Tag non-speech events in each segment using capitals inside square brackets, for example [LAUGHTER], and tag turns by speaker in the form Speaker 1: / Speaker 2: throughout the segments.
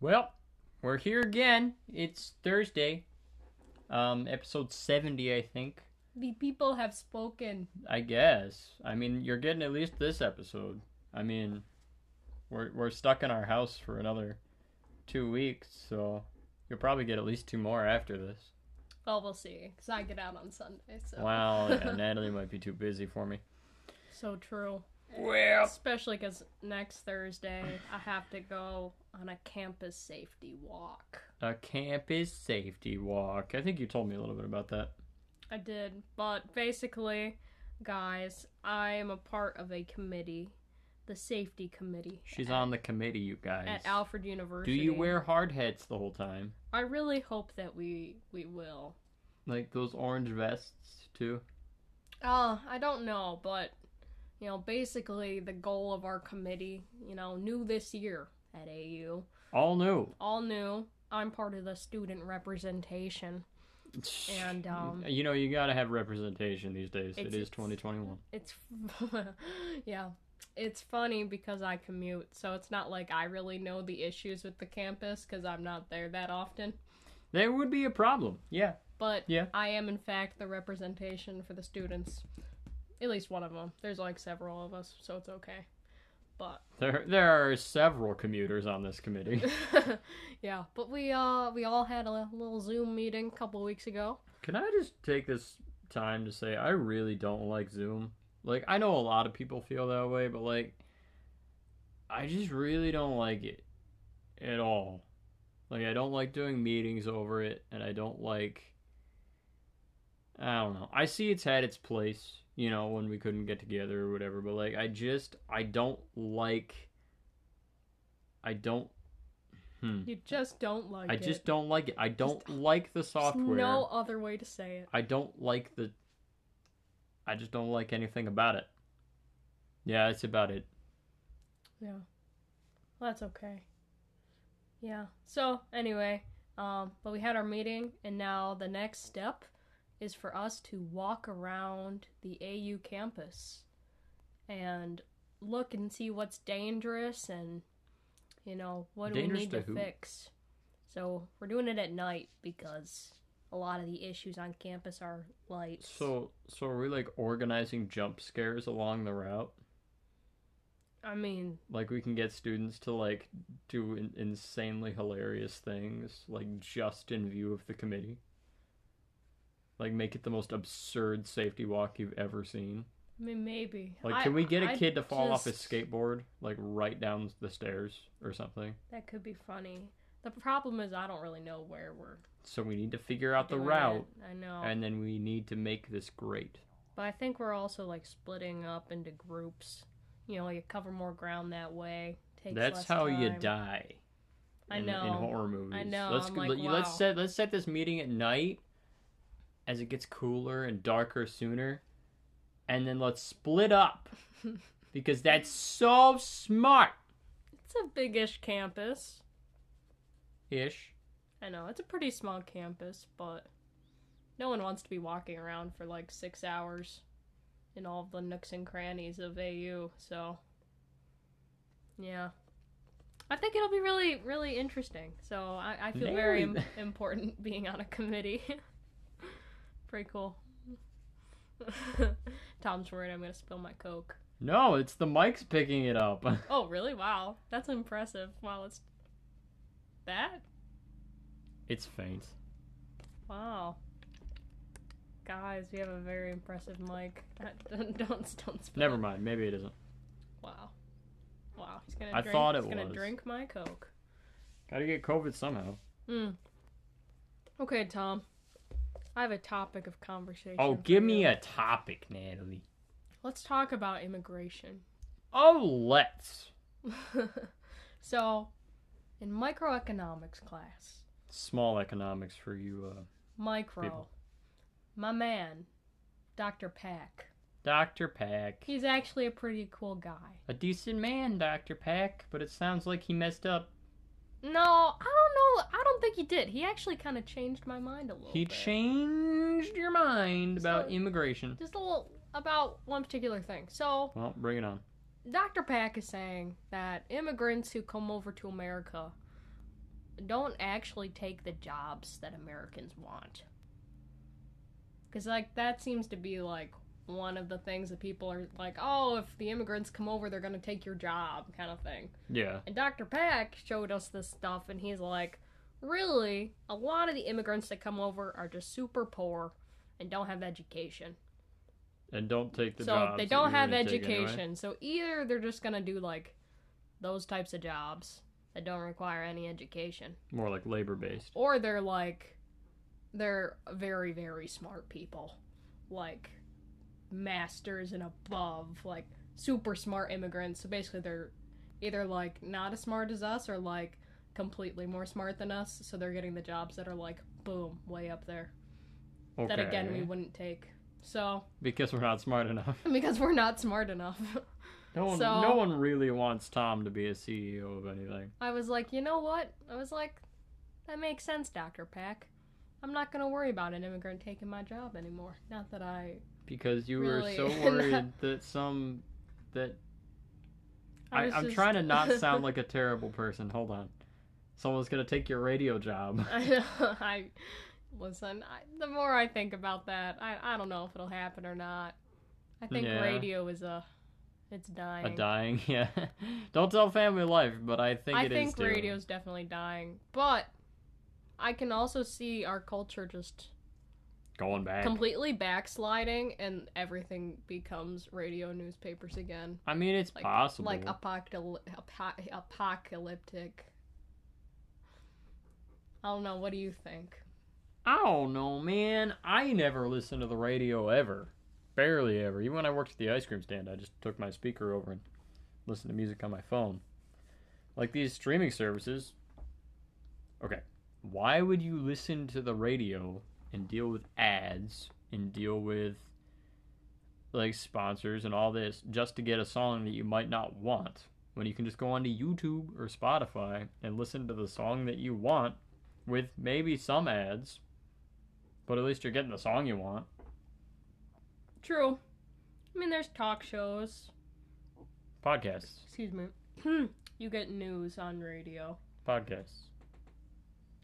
Speaker 1: Well, we're here again. It's Thursday. Um, episode 70, I think.
Speaker 2: The people have spoken.
Speaker 1: I guess. I mean, you're getting at least this episode. I mean, we're we're stuck in our house for another 2 weeks, so you'll probably get at least two more after this.
Speaker 2: Oh, Well, we'll see. Cause I get out on Sunday. So.
Speaker 1: Wow,
Speaker 2: [LAUGHS]
Speaker 1: yeah, Natalie might be too busy for me.
Speaker 2: so true.
Speaker 1: Well,
Speaker 2: Especially because next Thursday I have to go on a campus safety walk.
Speaker 1: a campus safety walk. I think you told me a little bit about that.
Speaker 2: I did, but basically, guys, I am a part of a committee, the safety committee
Speaker 1: She's on the committee, you guys.
Speaker 2: at Alfred
Speaker 1: Do
Speaker 2: University.
Speaker 1: you wear hard hats the whole time?
Speaker 2: I really hope that we we will.
Speaker 1: Like those orange vests too?
Speaker 2: Uh, I don't know, but you know, basically the goal of our committee, you know, new this year at AU,
Speaker 1: All new.
Speaker 2: all new. I'm part of the student representation.
Speaker 1: [LAUGHS]
Speaker 2: And, um,
Speaker 1: you know you gotta have representation these days. It
Speaker 2: it's-
Speaker 1: is
Speaker 2: it's-
Speaker 1: 2021.
Speaker 2: It's [LAUGHS] yeah. It's funny because I commute, so it's not like I really know the issues with the campus cuz I'm not there that often.
Speaker 1: There would be a problem. Yeah.
Speaker 2: But
Speaker 1: Yeah.
Speaker 2: I am in fact the representation for the students. At least one of them. There's like several of us, so it's okay. But
Speaker 1: There there are several commuters on this committee.
Speaker 2: [LAUGHS] yeah, but we uh we all had a little Zoom meeting a couple weeks ago.
Speaker 1: Can I just take this time to say I really don't like Zoom? Like I know a lot of people feel that way, but like I just really don't like it at all. Like I don't like doing meetings over it and I don't like I don't know. I see it's had its place, you know, when we couldn't get together or whatever, but like I just I don't like I don't hmm.
Speaker 2: You just don't like
Speaker 1: I
Speaker 2: it.
Speaker 1: just don't like it. I don't like the software.
Speaker 2: There's no other way to say it.
Speaker 1: I don't like the. I just don't like anything about it. Yeah, that's about it.
Speaker 2: Yeah. Well, that's okay. Yeah. So, anyway, um but we had our meeting and now the next step is for us to walk around the AU campus and look and see what's dangerous and you know, what do
Speaker 1: Dangerous
Speaker 2: we need
Speaker 1: to
Speaker 2: to,
Speaker 1: who?
Speaker 2: fix. So, we're doing it at night because a lot of the issues on campus are lights.
Speaker 1: So, so are we like organizing jump scares along the route?
Speaker 2: I mean,
Speaker 1: Like we can get students to like do in- insanely hilarious things, like just in view of the committee. Like make it the most absurd safety walk you've ever seen.
Speaker 2: I mean maybe.
Speaker 1: Like,
Speaker 2: I-
Speaker 1: can we get a
Speaker 2: I
Speaker 1: kid to fall off his
Speaker 2: just-
Speaker 1: skateboard, like right down the stairs or something?
Speaker 2: That could be funny. The problem is I don't really know where we're
Speaker 1: So we need to figure out the
Speaker 2: doing
Speaker 1: route.
Speaker 2: it. I know,
Speaker 1: and then we need to make this great.
Speaker 2: but I think we're also like splitting up into groups. You know, you cover more ground that way. Takes
Speaker 1: That's
Speaker 2: less
Speaker 1: how you
Speaker 2: time.
Speaker 1: die.
Speaker 2: I
Speaker 1: in, In
Speaker 2: know.
Speaker 1: horror movies.
Speaker 2: know,
Speaker 1: Let's
Speaker 2: I'm like,
Speaker 1: let-
Speaker 2: wow.
Speaker 1: let's set let's set this meeting at night, as it gets cooler and darker sooner, and then let's split up, because that's so smart.
Speaker 2: [LAUGHS] It's a big-ish campus.
Speaker 1: Ish.
Speaker 2: I know it's a pretty small campus, but no one wants to be walking around for like six hours in all of the nooks and crannies of AU. So, yeah, I think it'll be really, really interesting. So I, I feel very im-
Speaker 1: Very.
Speaker 2: important [LAUGHS] being on a committee. pretty cool. [LAUGHS] Tom's worried I'm gonna spill my coke.
Speaker 1: No, it's the mics picking it up. [LAUGHS]
Speaker 2: Oh, really? Wow, that's impressive. Wow, it's that.
Speaker 1: it's faint.
Speaker 2: Wow. Guys, we have a very impressive mic. [LAUGHS] Don't don't, don't spill.
Speaker 1: Never mind. Maybe it isn't.
Speaker 2: Wow. Wow. He's gonna
Speaker 1: I
Speaker 2: drink,
Speaker 1: thought it
Speaker 2: he's gonna
Speaker 1: was.
Speaker 2: drink my Coke.
Speaker 1: Got to get COVID somehow.
Speaker 2: Hmm. Okay, Tom. I have a topic of conversation.
Speaker 1: Oh,
Speaker 2: for
Speaker 1: give me
Speaker 2: you.
Speaker 1: a topic, Natalie.
Speaker 2: Let's talk about immigration. [LAUGHS]
Speaker 1: Oh, let's.
Speaker 2: so, in microeconomics class,
Speaker 1: Small economics for you, uh,
Speaker 2: micro,
Speaker 1: People.
Speaker 2: my man, Dr. Pack.
Speaker 1: Doctor Pack.
Speaker 2: He's actually a pretty cool guy.
Speaker 1: A decent man, Dr. Pack, but it sounds like he messed up.
Speaker 2: No, I don't know. I don't think he did. He actually kind of changed my mind a little.
Speaker 1: He
Speaker 2: bit.
Speaker 1: changed your mind about
Speaker 2: So-
Speaker 1: immigration.
Speaker 2: just a little about one particular thing. So
Speaker 1: Well, bring it on.
Speaker 2: Dr. Pack is saying that immigrants who come over to America don't actually take the jobs that Americans want. Cuz like that seems to be like one of the things that people are like, "Oh, if the immigrants come over, they're going to take your job," kind of thing.
Speaker 1: Yeah.
Speaker 2: And Dr. Pack showed us this stuff, and he's like, really, a lot of the immigrants that come over are just super poor and don't have education.
Speaker 1: And don't take the
Speaker 2: so
Speaker 1: jobs
Speaker 2: they
Speaker 1: that
Speaker 2: don't
Speaker 1: you're
Speaker 2: have
Speaker 1: gonna take
Speaker 2: education.
Speaker 1: anyway.
Speaker 2: So either they're just going to do like those types of jobs that don't require any education,
Speaker 1: More like labor based.
Speaker 2: or they're like, they're very, very smart people. Like, masters and above, like super smart immigrants. So basically, they're either like not as smart as us or like completely more smart than us. So they're getting the jobs that are like boom, way up there.
Speaker 1: Okay.
Speaker 2: That again, we wouldn't take. So [LAUGHS]
Speaker 1: because we're not smart enough.
Speaker 2: because we're not smart enough, [LAUGHS]
Speaker 1: No one,
Speaker 2: So-
Speaker 1: no one really wants Tom to be a CEO of anything.
Speaker 2: I was like, you know what? I was like, that makes sense, Doctor Pack. I'm not gonna worry about an immigrant taking my job anymore. Not that I,
Speaker 1: Because you were
Speaker 2: Really. [LAUGHS]
Speaker 1: so worried that some that I,
Speaker 2: was
Speaker 1: I'm
Speaker 2: just-
Speaker 1: trying to
Speaker 2: [LAUGHS]
Speaker 1: not sound like a terrible person. Hold on. Someone's gonna take your radio job.
Speaker 2: I, [LAUGHS] I listen. I, the more I think about that, I, I don't know if it'll happen or not. I think
Speaker 1: Yeah.
Speaker 2: radio is a, it's dying.
Speaker 1: A dying, [LAUGHS] yeah. Don't tell family life, but I think
Speaker 2: I
Speaker 1: it is
Speaker 2: think
Speaker 1: too.
Speaker 2: radio's definitely dying, but I can also see our culture just
Speaker 1: going back.
Speaker 2: completely backsliding, and everything becomes radio newspapers again,
Speaker 1: I mean, it's
Speaker 2: like
Speaker 1: possible.
Speaker 2: like apocal- apo- apocalyptic. I don't know. What do you think?
Speaker 1: I don't know, man. I never listened to the radio ever. Barely ever. Even when I worked at the ice cream stand, I just took my speaker over and listened to music on my phone. Like these streaming services. Okay. Why would you listen to the radio and deal with ads and deal with like sponsors and all this just to get a song that you might not want when you can just go onto YouTube or Spotify and listen to the song that you want with maybe some ads? But at least you're getting the song you want.
Speaker 2: True. I mean, there's talk shows.
Speaker 1: Podcasts.
Speaker 2: Excuse me.
Speaker 1: Hmm.
Speaker 2: [CLEARS THROAT] you get news on radio.
Speaker 1: Podcasts.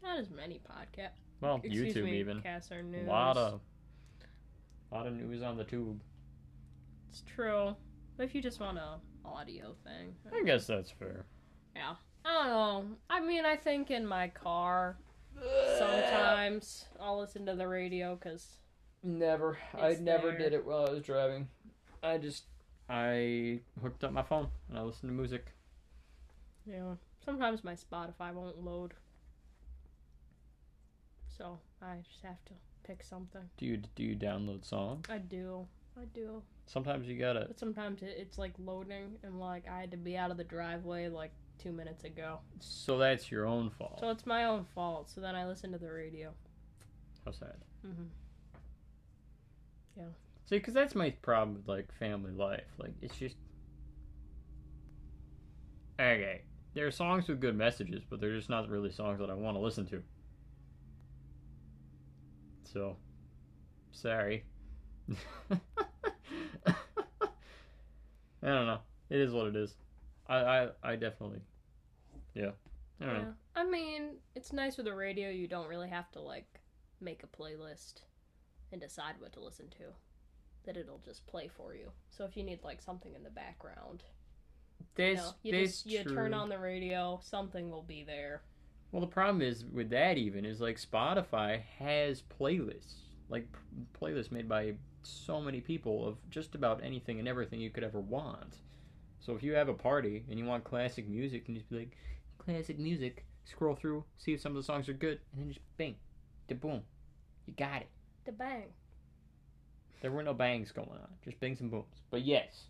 Speaker 2: Not as many podcast.
Speaker 1: Well,
Speaker 2: Excuse
Speaker 1: YouTube
Speaker 2: me,
Speaker 1: even.
Speaker 2: Casts are
Speaker 1: A
Speaker 2: news.
Speaker 1: lot of lot of news on the tube.
Speaker 2: It's true. But if you just want a audio thing,
Speaker 1: I guess that's fair.
Speaker 2: yeah. I don't know. I mean, I think in my car sometimes I'll listen to the radio because
Speaker 1: Never.
Speaker 2: It's there.
Speaker 1: it while I was driving. I just I hooked up my phone and I listened to music.
Speaker 2: you know sometimes my Spotify won't load, so I just have to pick something.
Speaker 1: Do you do you download songs?
Speaker 2: I do. I do.
Speaker 1: Sometimes you gotta
Speaker 2: But sometimes it, it's like loading, and like I had to be out of the driveway like two minutes ago.
Speaker 1: so that's your own fault.
Speaker 2: So it's my own fault. So then I listen to the radio.
Speaker 1: How sad.
Speaker 2: hmm
Speaker 1: See, because that's my problem with like family life. Like, it's just okay. There are songs with good messages, but they're just not really songs that I want to listen to. So, sorry. [LAUGHS] I don't know. It is what it is. I I, I definitely, yeah. I don't
Speaker 2: Yeah.
Speaker 1: know.
Speaker 2: I mean, it's nice with the radio. You don't really have to like make a playlist and decide what to listen to. That it'll just play for you. So if you need like something in the background, you,
Speaker 1: This
Speaker 2: know, you
Speaker 1: this
Speaker 2: just you turn on the radio, something will be there.
Speaker 1: Well, the problem is with that even is like Spotify has playlists, like p- playlists made by so many people of just about anything and everything you could ever want. So if you have a party and you want classic music, you can just be like, classic music. Scroll through, see if some of the songs are good, and then just bang, da boom, you got it.
Speaker 2: The bang.
Speaker 1: There were no bangs going on, just bangs and booms. But yes,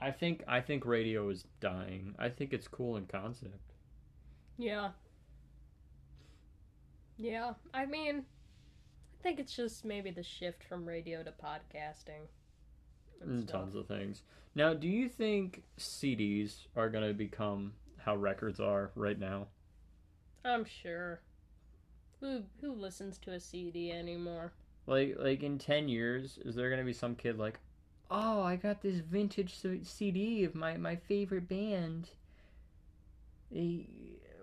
Speaker 1: I think I think radio is dying. I think it's cool in concept.
Speaker 2: Yeah. Yeah. I mean, I think it's just maybe the shift from radio to podcasting.
Speaker 1: Mm,
Speaker 2: and stuff.
Speaker 1: tons of things. Now, do you think CDs are going to become how records are right now?
Speaker 2: I'm sure. Who who listens to a CD anymore?
Speaker 1: Like, like in ten years, is there going to be some kid like, oh, I got this vintage c- CD of my my favorite band. Eh,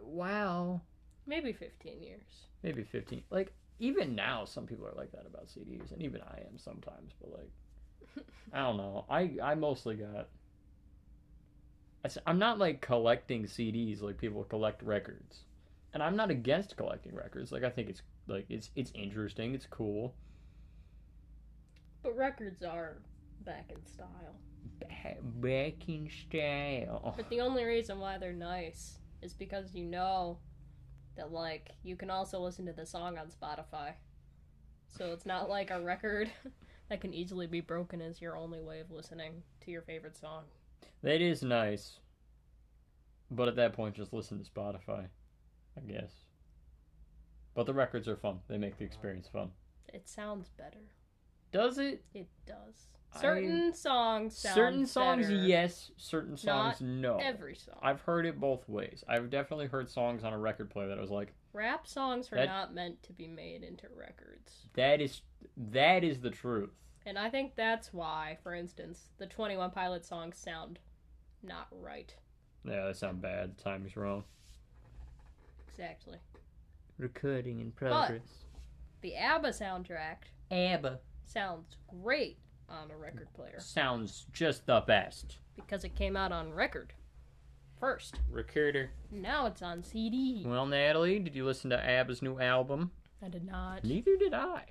Speaker 1: Wow,
Speaker 2: Maybe 15 years.
Speaker 1: maybe 15 like even now some people are like that about cds and even i am sometimes but like i don't know i i mostly got I s- i'm not like collecting cds like people collect records and i'm not against collecting records like i think it's like it's it's interesting it's cool
Speaker 2: But records are back in style.
Speaker 1: Ba- back in
Speaker 2: [LAUGHS]
Speaker 1: style
Speaker 2: But the only reason why they're nice is because you know that like you can also listen to the song on Spotify. So it's not like a record [LAUGHS] that can easily be broken as your only way of listening to your favorite song.
Speaker 1: that is nice but at that point just listen to spotify i guess but the records are fun they make the experience fun
Speaker 2: It sounds better.
Speaker 1: does it
Speaker 2: It does.
Speaker 1: I-
Speaker 2: Certain songs sound
Speaker 1: certain songs
Speaker 2: better.
Speaker 1: yes certain songs no
Speaker 2: Every song.
Speaker 1: i've heard it both ways i've definitely heard songs on a record player that I was like
Speaker 2: Rap songs are
Speaker 1: That-
Speaker 2: not meant to be made into records.
Speaker 1: that is that is the truth
Speaker 2: And I think that's why, for instance, the 21 Pilot songs sound not right.
Speaker 1: yeah that sound bad the timing's wrong
Speaker 2: Exactly.
Speaker 1: recording in
Speaker 2: progress. The ABBA soundtrack
Speaker 1: abba
Speaker 2: sounds great on a record player
Speaker 1: sounds just the best
Speaker 2: because it came out on record first.
Speaker 1: recorder
Speaker 2: Now it's on CD.
Speaker 1: well natalie did you listen to abba's new album
Speaker 2: I did not.
Speaker 1: neither did i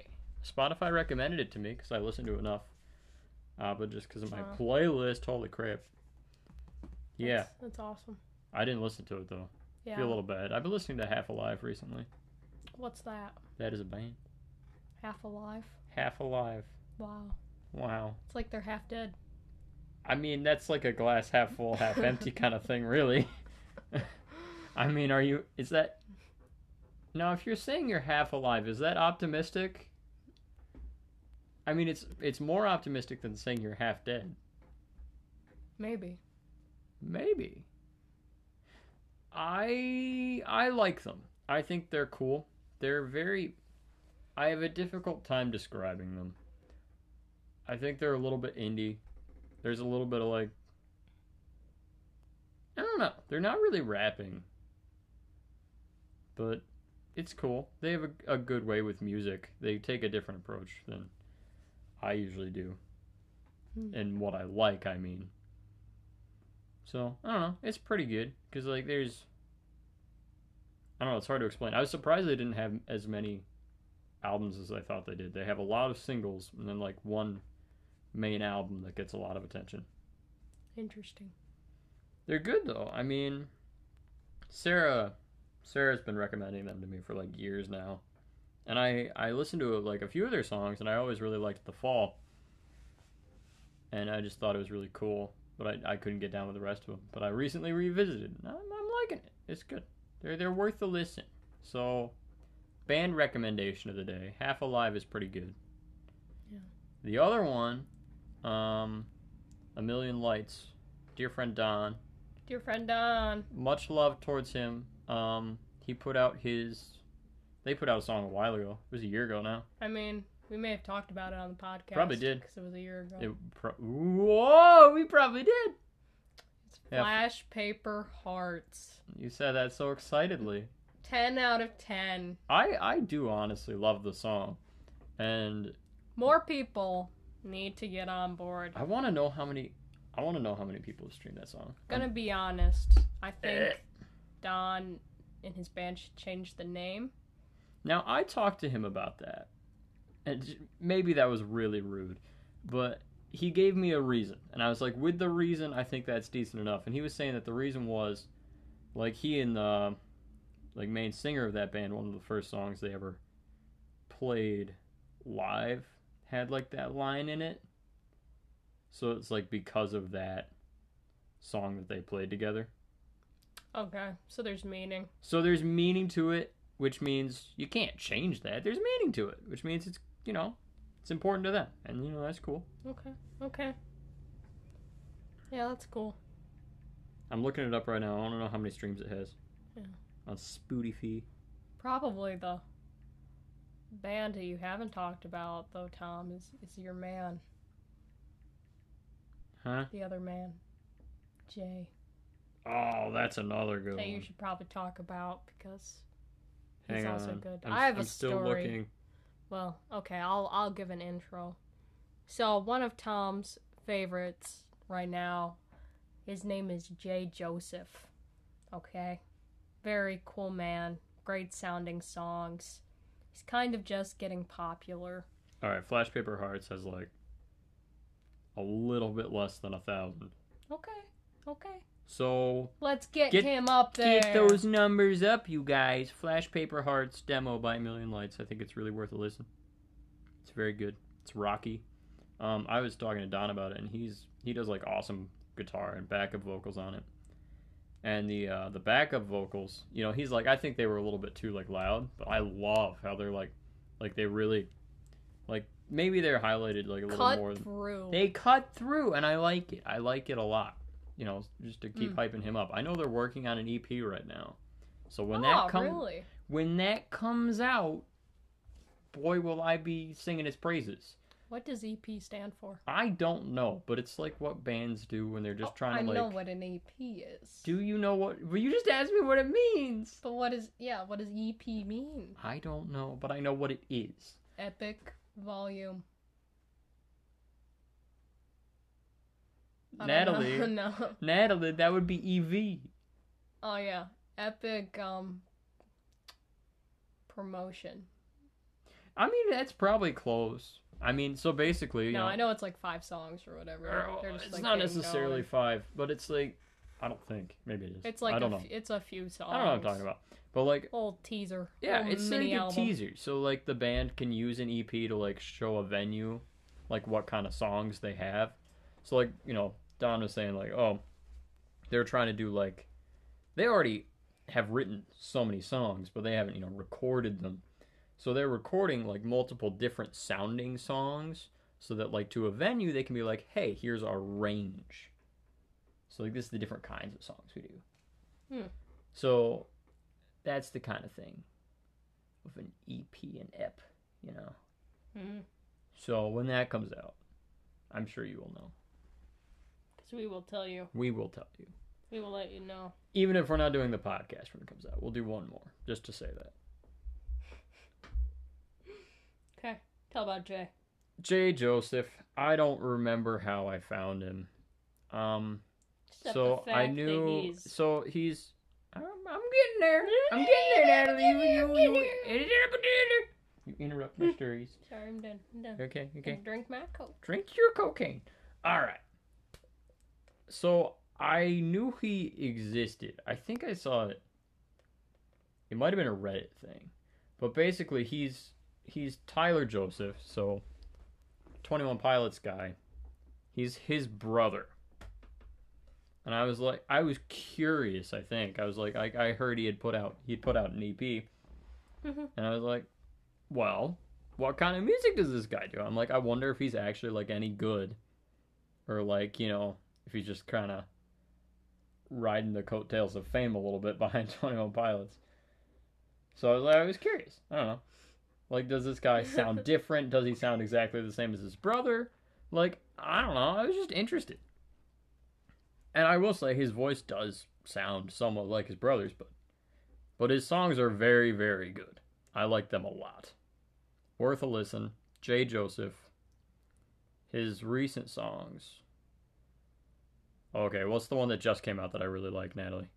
Speaker 1: spotify recommended it to me because i listened to enough abba just because of my
Speaker 2: Wow.
Speaker 1: playlist holy crap yeah
Speaker 2: That's, that's awesome.
Speaker 1: i didn't listen to it though
Speaker 2: Yeah.
Speaker 1: Feel a little bad. I've been listening to Half Alive recently.
Speaker 2: What's that?
Speaker 1: That is a band.
Speaker 2: Half alive?
Speaker 1: Half Alive.
Speaker 2: Wow.
Speaker 1: Wow.
Speaker 2: It's like they're half dead. [GASPS]
Speaker 1: I mean, that's like a glass half full, half empty kind of thing, really. I mean, are you. Is that. Now, if you're saying you're half alive, is that optimistic? I mean, it's it's more optimistic than saying you're half dead.
Speaker 2: Maybe.
Speaker 1: Maybe. I I like them. I think they're cool. They're very I have a difficult time describing them. I think they're a little bit indie. There's a little bit of like I don't know. They're not really rapping. But it's cool. They have a, a good way with music. They take a different approach than I usually do.
Speaker 2: Hmm.
Speaker 1: And what I like, I mean. So I don't know. It's pretty good because like there's, I don't know. It's hard to explain. I was surprised they didn't have as many albums as I thought they did. They have a lot of singles and then like one main album that gets a lot of attention.
Speaker 2: Interesting.
Speaker 1: They're good though. I mean, Sarah, Sarah's been recommending them to me for like years now, and I I listened to like a few of their songs and I always really liked The Fall. And I just thought it was really cool, but I, I couldn't get down with the rest of them. But I recently revisited. And I'm, I'm liking it. It's good. They're they're worth a listen. So, band recommendation of the day: Half Alive is pretty good.
Speaker 2: Yeah.
Speaker 1: The other one, um, A Million Lights. Dear friend Don,
Speaker 2: Dear friend Don.
Speaker 1: much love towards him. Um, he put out his. They put out a song a while ago. It was a year ago now.
Speaker 2: I mean, we may have talked about it on the podcast.
Speaker 1: Probably did.
Speaker 2: Because it was a year ago.
Speaker 1: It pro- Whoa, we probably did.
Speaker 2: It's
Speaker 1: Yeah.
Speaker 2: Flash Paper Hearts.
Speaker 1: You said that so excitedly.
Speaker 2: 10 out of 10.
Speaker 1: I I do honestly love the song, and
Speaker 2: More people need to get on board.
Speaker 1: I want to know how many. I want to know how many people have streamed that song.
Speaker 2: Gonna be honest, I
Speaker 1: Eh.
Speaker 2: think Don and his band should change the name.
Speaker 1: Now I talked to him about that, and j- maybe that was really rude, but he gave me a reason, and I was like, with the reason, I think that's decent enough. And he was saying that the reason was, like, he and the like main singer of that band, one of the first songs they ever played live had like that line in it. So it's like because of that song that they played together.
Speaker 2: Okay, so there's meaning.
Speaker 1: So there's meaning to it, which means you can't change that. There's meaning to it, which means it's you know, it's important to them, and you know that's cool.
Speaker 2: Okay, okay. Yeah, that's cool.
Speaker 1: I'm looking it up right now. I want to know how many streams it has
Speaker 2: Yeah.
Speaker 1: on Spotify.
Speaker 2: Probably the band that you haven't talked about, though, Tom, is, is your man,
Speaker 1: Huh?
Speaker 2: the other man, Jay.
Speaker 1: Oh, that's another good
Speaker 2: that you
Speaker 1: one.
Speaker 2: should probably talk about because He's
Speaker 1: Hang
Speaker 2: also
Speaker 1: on.
Speaker 2: good.
Speaker 1: I'm,
Speaker 2: I have a
Speaker 1: am still
Speaker 2: story.
Speaker 1: looking.
Speaker 2: Well, okay, I'll I'll give an intro. So one of Tom's favorites right now, his name is Jay Joseph. Okay, very cool man. Great sounding songs. He's kind of just getting popular.
Speaker 1: All right, Flash Paper Hearts has like a little bit less than a thousand.
Speaker 2: Okay, okay.
Speaker 1: So
Speaker 2: Let's get,
Speaker 1: Get-
Speaker 2: him up there.
Speaker 1: get those numbers up, you guys. Flash Paper Hearts demo by Million Lights. I think it's really worth a listen. It's very good. It's rocky. Um, I was talking to Don about it, and he's he does like awesome guitar and backup vocals on it. And the uh, the backup vocals, you know, he's like I think they were a little bit too like loud, but I love how they're like like they really like maybe they're highlighted like a little
Speaker 2: cut
Speaker 1: more. than-
Speaker 2: through.
Speaker 1: they cut through, and I like it. I like it a lot. You know, just to
Speaker 2: Mm.
Speaker 1: keep hyping him up. I know they're working on an EP right now, so when
Speaker 2: oh,
Speaker 1: that comes
Speaker 2: really?
Speaker 1: when that comes out, boy, will I be singing his praises.
Speaker 2: What does EP stand for?
Speaker 1: I don't know, but it's like what bands do when they're just
Speaker 2: Oh,
Speaker 1: trying to
Speaker 2: I
Speaker 1: like.
Speaker 2: know what an EP is.
Speaker 1: Do you know what? Well, you just asked me what it means.
Speaker 2: But what is yeah? What does EP mean?
Speaker 1: I don't know, but I know what it is.
Speaker 2: Epic volume. I don't know. [LAUGHS]
Speaker 1: Natalie,
Speaker 2: no.
Speaker 1: Natalie, that would be E EV.
Speaker 2: Oh yeah, epic um promotion.
Speaker 1: I mean, that's probably close. I mean, so basically, you
Speaker 2: no,
Speaker 1: know,
Speaker 2: I know it's like five songs or whatever.
Speaker 1: Girl,
Speaker 2: They're just,
Speaker 1: it's
Speaker 2: like,
Speaker 1: not
Speaker 2: getting
Speaker 1: necessarily
Speaker 2: going.
Speaker 1: five, but it's like I don't think maybe it is.
Speaker 2: It's like
Speaker 1: I don't
Speaker 2: a
Speaker 1: know.
Speaker 2: f- it's a few songs.
Speaker 1: I don't know what I'm talking about. But like
Speaker 2: Old teaser.
Speaker 1: yeah,
Speaker 2: Little
Speaker 1: it's like
Speaker 2: mini
Speaker 1: a
Speaker 2: album.
Speaker 1: teaser. So like the band can use an EP to like show a venue, like what kind of songs they have. So like you know Don was saying like oh, they're trying to do like they already have written so many songs, but they haven't you know recorded them. So they're recording like multiple different sounding songs so that like to a venue they can be like, hey, here's our range. So like this is the different kinds of songs we do.
Speaker 2: Hmm.
Speaker 1: So that's the kind of thing with an EP and EP, you know.
Speaker 2: Mhm.
Speaker 1: So when that comes out, I'm sure you will know.
Speaker 2: 'Cause we will tell you.
Speaker 1: We will tell you.
Speaker 2: We will let you know.
Speaker 1: Even if we're not doing the podcast when it comes out, we'll do one more just to say that.
Speaker 2: Okay. Tell about Jay.
Speaker 1: Jay Joseph, I don't remember how I found him. Um,
Speaker 2: Except
Speaker 1: so
Speaker 2: the fact
Speaker 1: I knew.
Speaker 2: That he's...
Speaker 1: So he's. I'm, I'm getting there. I'm getting there, Natalie. You, you, you, you interrupt my stories.
Speaker 2: Sorry, I'm done. I'm done.
Speaker 1: Okay, okay.
Speaker 2: Gonna uh, Drink my coke. [LAUGHS]
Speaker 1: Drink your cocaine. All right. So I knew he existed. I think I saw it. It might have been a Reddit thing, but basically he's he's Tyler Joseph, so Twenty One Pilots guy. He's his brother. And I was like, I was curious. I think I was like, I, I heard he had put out he would put out an EP,
Speaker 2: Mhm.
Speaker 1: and I was like, well, what kind of music does this guy do? I'm like, I wonder if he's actually like any good, or like you know, if he's just kind of riding the coattails of fame a little bit [LAUGHS] behind Twenty One Pilots. So I was like, I was curious. I don't know, like, does this guy sound different? Does he sound exactly the same as his brother? Like, I don't know. I was just interested. And I will say his voice does sound somewhat like his brother's, but but his songs are very, very good. I like them a lot. Worth a listen. Jay Joseph. His recent songs. Okay, what's the one that just came out that I really like, Natalie?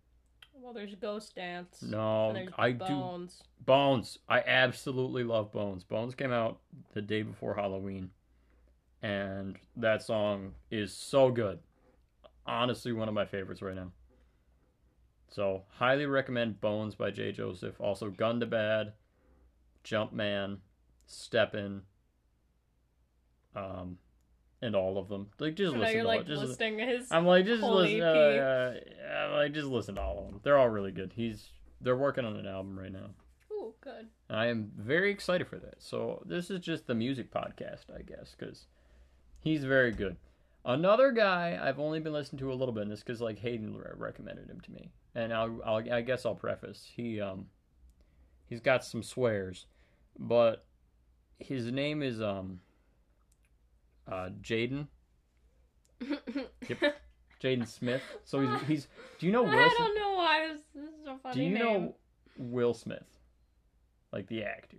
Speaker 2: Well, there's Ghost Dance.
Speaker 1: No,
Speaker 2: And there's
Speaker 1: I do
Speaker 2: Bones.
Speaker 1: Bones. I absolutely love Bones. Bones came out the day before Halloween, and that song is so good. Honestly, one of my favorites right now. So, highly recommend Bones by Jay Joseph. Also, Gun to Bad, Jumpman, Steppin', um, and all of them. Like, just
Speaker 2: So now
Speaker 1: listen
Speaker 2: you're
Speaker 1: to
Speaker 2: like
Speaker 1: it. Just listen-
Speaker 2: listing his.
Speaker 1: I'm like just
Speaker 2: Whole
Speaker 1: listen.
Speaker 2: EP.
Speaker 1: Uh, uh, I'm like just listen to all of them. They're all really good. He's they're working on an album right now.
Speaker 2: Ooh, good.
Speaker 1: And I am very excited for that. So this is just the music podcast, I guess, because he's very good. Another guy I've only been listening to a little bit, and this because like Hayden re- recommended him to me, and I'll, I'll I guess I'll preface he um he's got some swears, but his name is um uh Jaden
Speaker 2: [LAUGHS]
Speaker 1: Yep. Jaden Smith. So he's he's do you know
Speaker 2: I
Speaker 1: Wilson?
Speaker 2: don't know why this, this is a funny
Speaker 1: Do you
Speaker 2: name.
Speaker 1: know Will Smith? like the actor.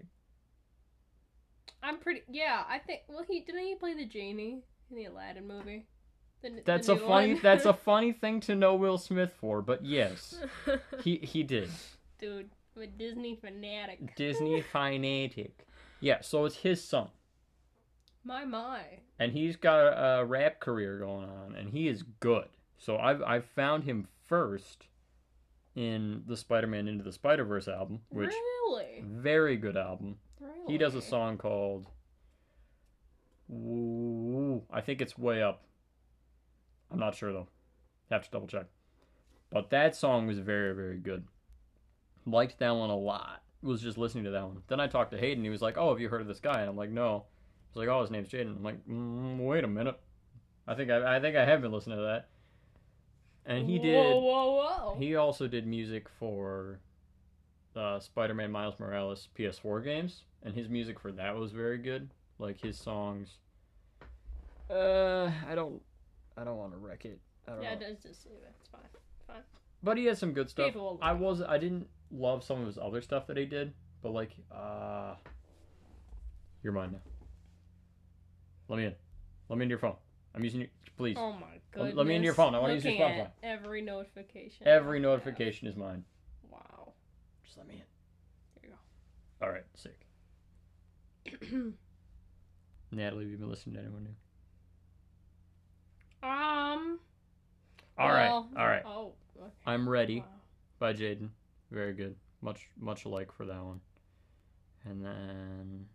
Speaker 2: I'm pretty. Yeah, I think. Well, he didn't he play the genie in the Aladdin movie. The, the
Speaker 1: That's a
Speaker 2: new
Speaker 1: funny.
Speaker 2: one?
Speaker 1: that's
Speaker 2: [LAUGHS]
Speaker 1: a [LAUGHS] funny thing to know Will Smith for. But yes, he he did
Speaker 2: Dude, I'm a Disney fanatic. [LAUGHS]
Speaker 1: Disney fanatic. Yeah, so it's his son,
Speaker 2: my my.
Speaker 1: and he's got a, a rap career going on, and he is good. So I've I found him first in the Spider-Man Into the Spider-Verse album, which
Speaker 2: really?
Speaker 1: very good album.
Speaker 2: Really?
Speaker 1: He does a song called Ooh, I think it's way up. I'm not sure though. Have to double check. But that song was very, very good. Liked that one a lot. Was just listening to that one. Then I talked to Hayden. He was like, "Oh, have you heard of this guy?" And I'm like, "No." He's like, "Oh, his name's Jaden." I'm like, mm, "Wait a minute. I think I, I think I have been listening to that." And he did.
Speaker 2: Whoa, whoa, whoa!
Speaker 1: He also did music for uh, Spider-Man Miles Morales PS4 games, and his music for that was very good. Like his songs. Uh, I don't, I don't want to wreck it. I don't
Speaker 2: yeah,
Speaker 1: know.
Speaker 2: does just It's fine.
Speaker 1: But he has some good stuff.
Speaker 2: People will
Speaker 1: I was, I didn't love some of his other stuff that he did, but like, uh, you're mine now. Let me in. Let me into your phone. I'm using your. Please.
Speaker 2: Oh my
Speaker 1: Let-
Speaker 2: goodness!
Speaker 1: let me into your phone. I wanna use your
Speaker 2: Looking
Speaker 1: Spotify.
Speaker 2: at Every notification.
Speaker 1: Every
Speaker 2: Yeah.
Speaker 1: notification is mine.
Speaker 2: Wow.
Speaker 1: Just let me in.
Speaker 2: There you
Speaker 1: All right. Sick. Natalie, have you been listening to anyone new? [CLEARS THROAT]
Speaker 2: um.
Speaker 1: All right,
Speaker 2: well,
Speaker 1: all right.
Speaker 2: Oh. Okay.
Speaker 1: I'm ready
Speaker 2: Wow.
Speaker 1: by Jaden. Very good. Much much alike for that one. And then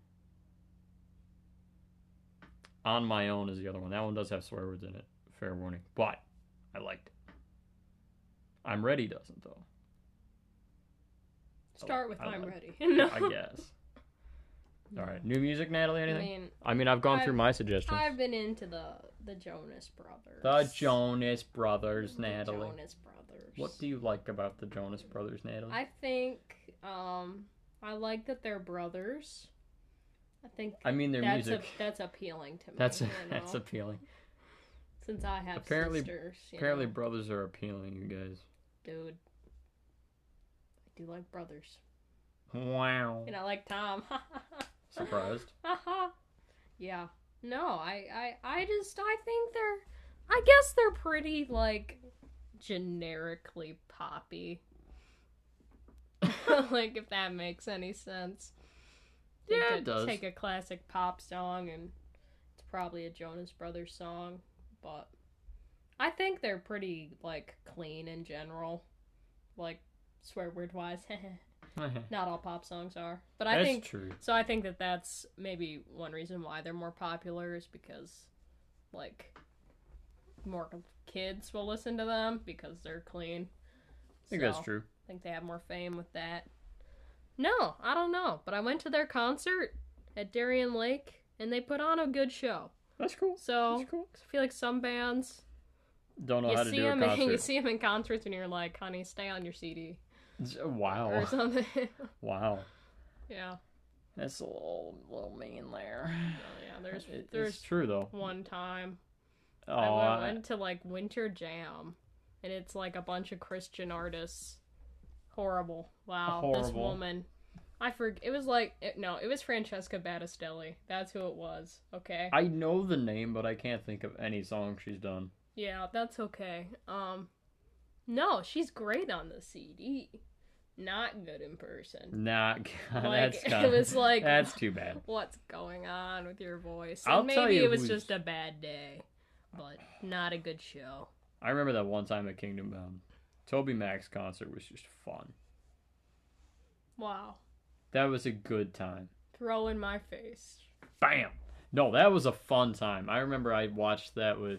Speaker 1: on my own is the other one. That one does have swear words in it. Fair warning, but I liked it. I'm ready doesn't though.
Speaker 2: Start with
Speaker 1: Oh, I
Speaker 2: I'm
Speaker 1: like-
Speaker 2: ready. [LAUGHS] [LAUGHS] no.
Speaker 1: I guess. All right, new music, Natalie.
Speaker 2: I
Speaker 1: Anything?
Speaker 2: mean,
Speaker 1: I mean, I've gone
Speaker 2: I've-
Speaker 1: through my suggestions.
Speaker 2: I've been into the the Jonas Brothers.
Speaker 1: The Jonas Brothers,
Speaker 2: The
Speaker 1: Natalie.
Speaker 2: Jonas Brothers.
Speaker 1: What do you like about the Jonas Brothers, Natalie?
Speaker 2: I think um I like that they're brothers. I think
Speaker 1: I mean their
Speaker 2: that's
Speaker 1: music.
Speaker 2: A, that's appealing to me.
Speaker 1: that's
Speaker 2: [LAUGHS] you
Speaker 1: [LAUGHS] that's
Speaker 2: know,
Speaker 1: appealing.
Speaker 2: since I have
Speaker 1: apparently-
Speaker 2: sisters. you
Speaker 1: Apparently,
Speaker 2: know.
Speaker 1: brothers are appealing, you guys.
Speaker 2: dude. I do like brothers,
Speaker 1: Wow.
Speaker 2: and I like Tom. [LAUGHS]
Speaker 1: Surprised.
Speaker 2: yeah. No, I, I I just I think they're I guess they're pretty like generically poppy. [LAUGHS] like if that makes any sense. You
Speaker 1: Yeah, it
Speaker 2: could
Speaker 1: does.
Speaker 2: Take a classic pop song and it's probably a Jonas Brothers song, but I think they're pretty like clean in general. Like swear word wise.
Speaker 1: [LAUGHS]
Speaker 2: [LAUGHS]
Speaker 1: That's
Speaker 2: Not all pop songs are, but I think
Speaker 1: true.
Speaker 2: so I think that that's maybe one reason why they're more popular is because, like, more kids will listen to them because they're clean.
Speaker 1: I think
Speaker 2: So,
Speaker 1: that's true.
Speaker 2: I think they have more fame with that. No, I don't know, but I went to their concert at Darien Lake and they put on a good show.
Speaker 1: That's cool.
Speaker 2: So
Speaker 1: That's cool.
Speaker 2: I feel like some bands
Speaker 1: Don't know
Speaker 2: you
Speaker 1: how to
Speaker 2: see
Speaker 1: do a
Speaker 2: them and you
Speaker 1: concert.
Speaker 2: see them in [LAUGHS] concerts and you're like, honey, stay on your CD
Speaker 1: Z- Wow.
Speaker 2: or something.
Speaker 1: [LAUGHS]
Speaker 2: [LAUGHS]
Speaker 1: Wow.
Speaker 2: yeah,
Speaker 1: That's a little, little mean there. [SIGHS]
Speaker 2: yeah, there's
Speaker 1: It- it's
Speaker 2: there's
Speaker 1: true though.
Speaker 2: one time
Speaker 1: Oh,
Speaker 2: I
Speaker 1: I-
Speaker 2: went to like Winter Jam, and it's like a bunch of Christian artists. Horrible! Wow, this
Speaker 1: Horrible.
Speaker 2: woman. I forg. It was like it, no, it was Francesca Battistelli. That's who it was. Okay.
Speaker 1: I know the name, but I can't think of any song she's done.
Speaker 2: yeah, that's okay. Um, no, she's great on the CD. Not good in person.
Speaker 1: Nah, [LAUGHS] God,
Speaker 2: Like
Speaker 1: that's kinda,
Speaker 2: it was
Speaker 1: [LAUGHS]
Speaker 2: like
Speaker 1: that's too bad.
Speaker 2: what's going on with your voice?
Speaker 1: I'll
Speaker 2: And maybe
Speaker 1: tell you
Speaker 2: it was
Speaker 1: who's-
Speaker 2: just a bad day, but not a good show.
Speaker 1: I remember that one time at Kingdom Bound, Toby Mac's concert was just fun.
Speaker 2: Wow,
Speaker 1: That was a good time.
Speaker 2: throw in my face.
Speaker 1: bam. No, that was a fun time. I remember I watched that with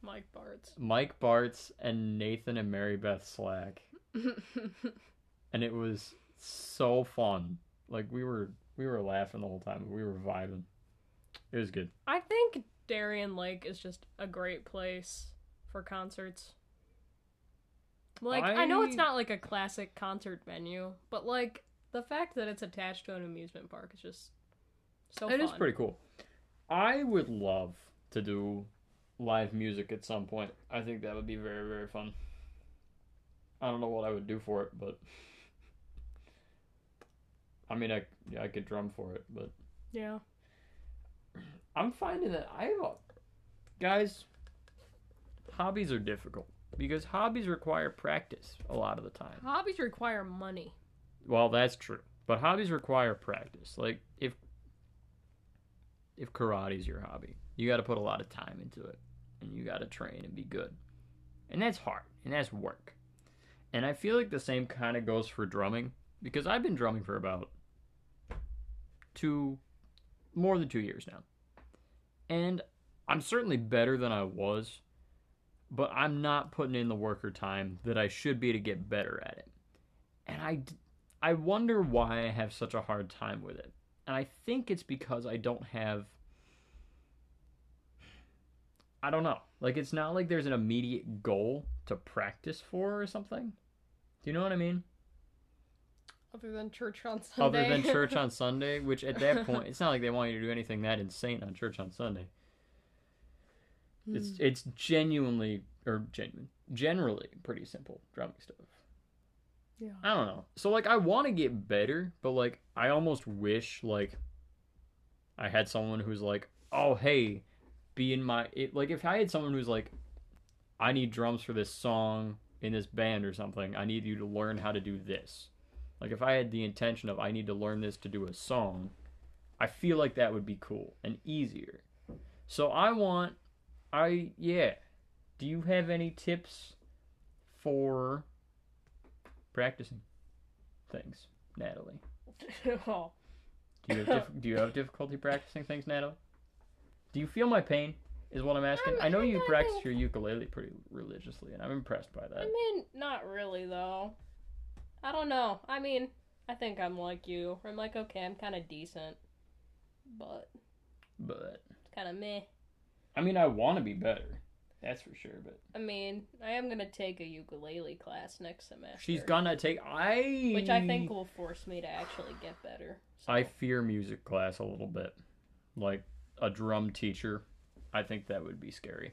Speaker 2: Mike Bart's.
Speaker 1: Mike Bartz and Nathan and Mary Beth Slack, and it was so fun. Like we were we were laughing the whole time. We were vibing. It was good.
Speaker 2: [LAUGHS] I think Darien Lake is just a great place for concerts. Like I... know it's
Speaker 1: I-
Speaker 2: not like a classic concert venue, but like the fact that it's attached to an amusement park is just so
Speaker 1: It
Speaker 2: fun.
Speaker 1: is pretty cool. I would love to do live music at some point. I think that would be very very fun. I don't know what I would do for it, but [LAUGHS] I mean, I I could drum for it, but
Speaker 2: Yeah.
Speaker 1: I'm finding that I have a, guys. Hobbies are difficult because hobbies require practice a lot of the time.
Speaker 2: Hobbies require money.
Speaker 1: Well, that's true, but hobbies require practice. Like if if karate's your hobby, you got to put a lot of time into it, and you got to train and be good, and that's hard and that's work. And I feel like the same kind of goes for drumming because I've been drumming for about two, more than two years now, and I'm certainly better than I was, but I'm not putting in the work or time that I should be to get better at it. And I, d- I wonder why I have such a hard time with it. And I think it's because I don't have. I don't know. Like, it's not like there's an immediate goal to practice for or something. Do you know what I mean?
Speaker 2: Other than church on Sunday.
Speaker 1: Other
Speaker 2: [LAUGHS]
Speaker 1: than church on Sunday, which at that point, it's not like they want you to do anything that insane on church on Sunday. It's it's genuinely or genuine, generally pretty simple drumming stuff.
Speaker 2: Yeah. [LAUGHS]
Speaker 1: I don't know. So like I want to get better, but like I almost wish like I had someone who's like, "Oh, hey, be in my it, like if I had someone who's like I need drums for this song in this band or something. I need you to learn how to do this." Like if I had the intention of I need to learn this to do a song, I feel like that would be cool and easier. So I want I yeah. Do you have any tips for practicing things, Natalie?
Speaker 2: oh,
Speaker 1: Do you have dif- do you
Speaker 2: [LAUGHS]
Speaker 1: have difficulty practicing things, Natalie? Do you feel my pain? Is what I'm asking.
Speaker 2: Um,
Speaker 1: I know
Speaker 2: I
Speaker 1: you
Speaker 2: don't
Speaker 1: practice
Speaker 2: think-
Speaker 1: your ukulele pretty religiously, and I'm impressed by
Speaker 2: I
Speaker 1: that.
Speaker 2: mean, not really though. I don't know. I mean, I think I'm like you. I'm like, okay, I'm kind of decent, but
Speaker 1: But
Speaker 2: it's kind of meh.
Speaker 1: I mean, I want to be better. That's for sure. But
Speaker 2: I mean, I am gonna take a ukulele class next semester.
Speaker 1: she's gonna take. I
Speaker 2: which I think will force me to actually get better. So,
Speaker 1: I fear music class a little bit, like a drum teacher. I think that would be scary.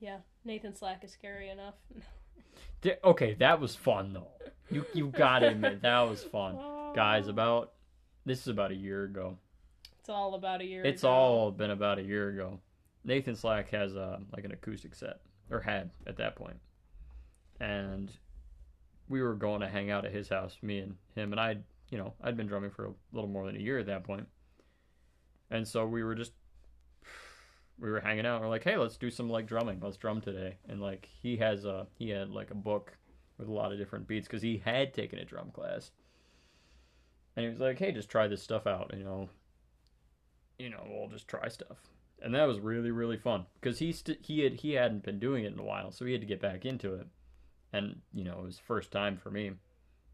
Speaker 2: yeah, Nathan Slack is scary enough.
Speaker 1: Di- okay, that was fun though. You you gotta admit that was fun.
Speaker 2: [LAUGHS]
Speaker 1: guys about this is about a year ago
Speaker 2: It's all about a year.
Speaker 1: it's
Speaker 2: ago.
Speaker 1: all been about a year ago nathan slack has uh like an acoustic set or had at that point and we were going to hang out at his house me and him and i you know i'd been drumming for a little more than a year at that point and so we were just we were hanging out and we're like hey let's do some like drumming let's drum today and like he has a he had like a book with a lot of different beats because he had taken a drum class and he was like hey just try this stuff out you know you know we'll just try stuff and that was really really fun because he st- he had he hadn't been doing it in a while so he had to get back into it and you know it was first time for me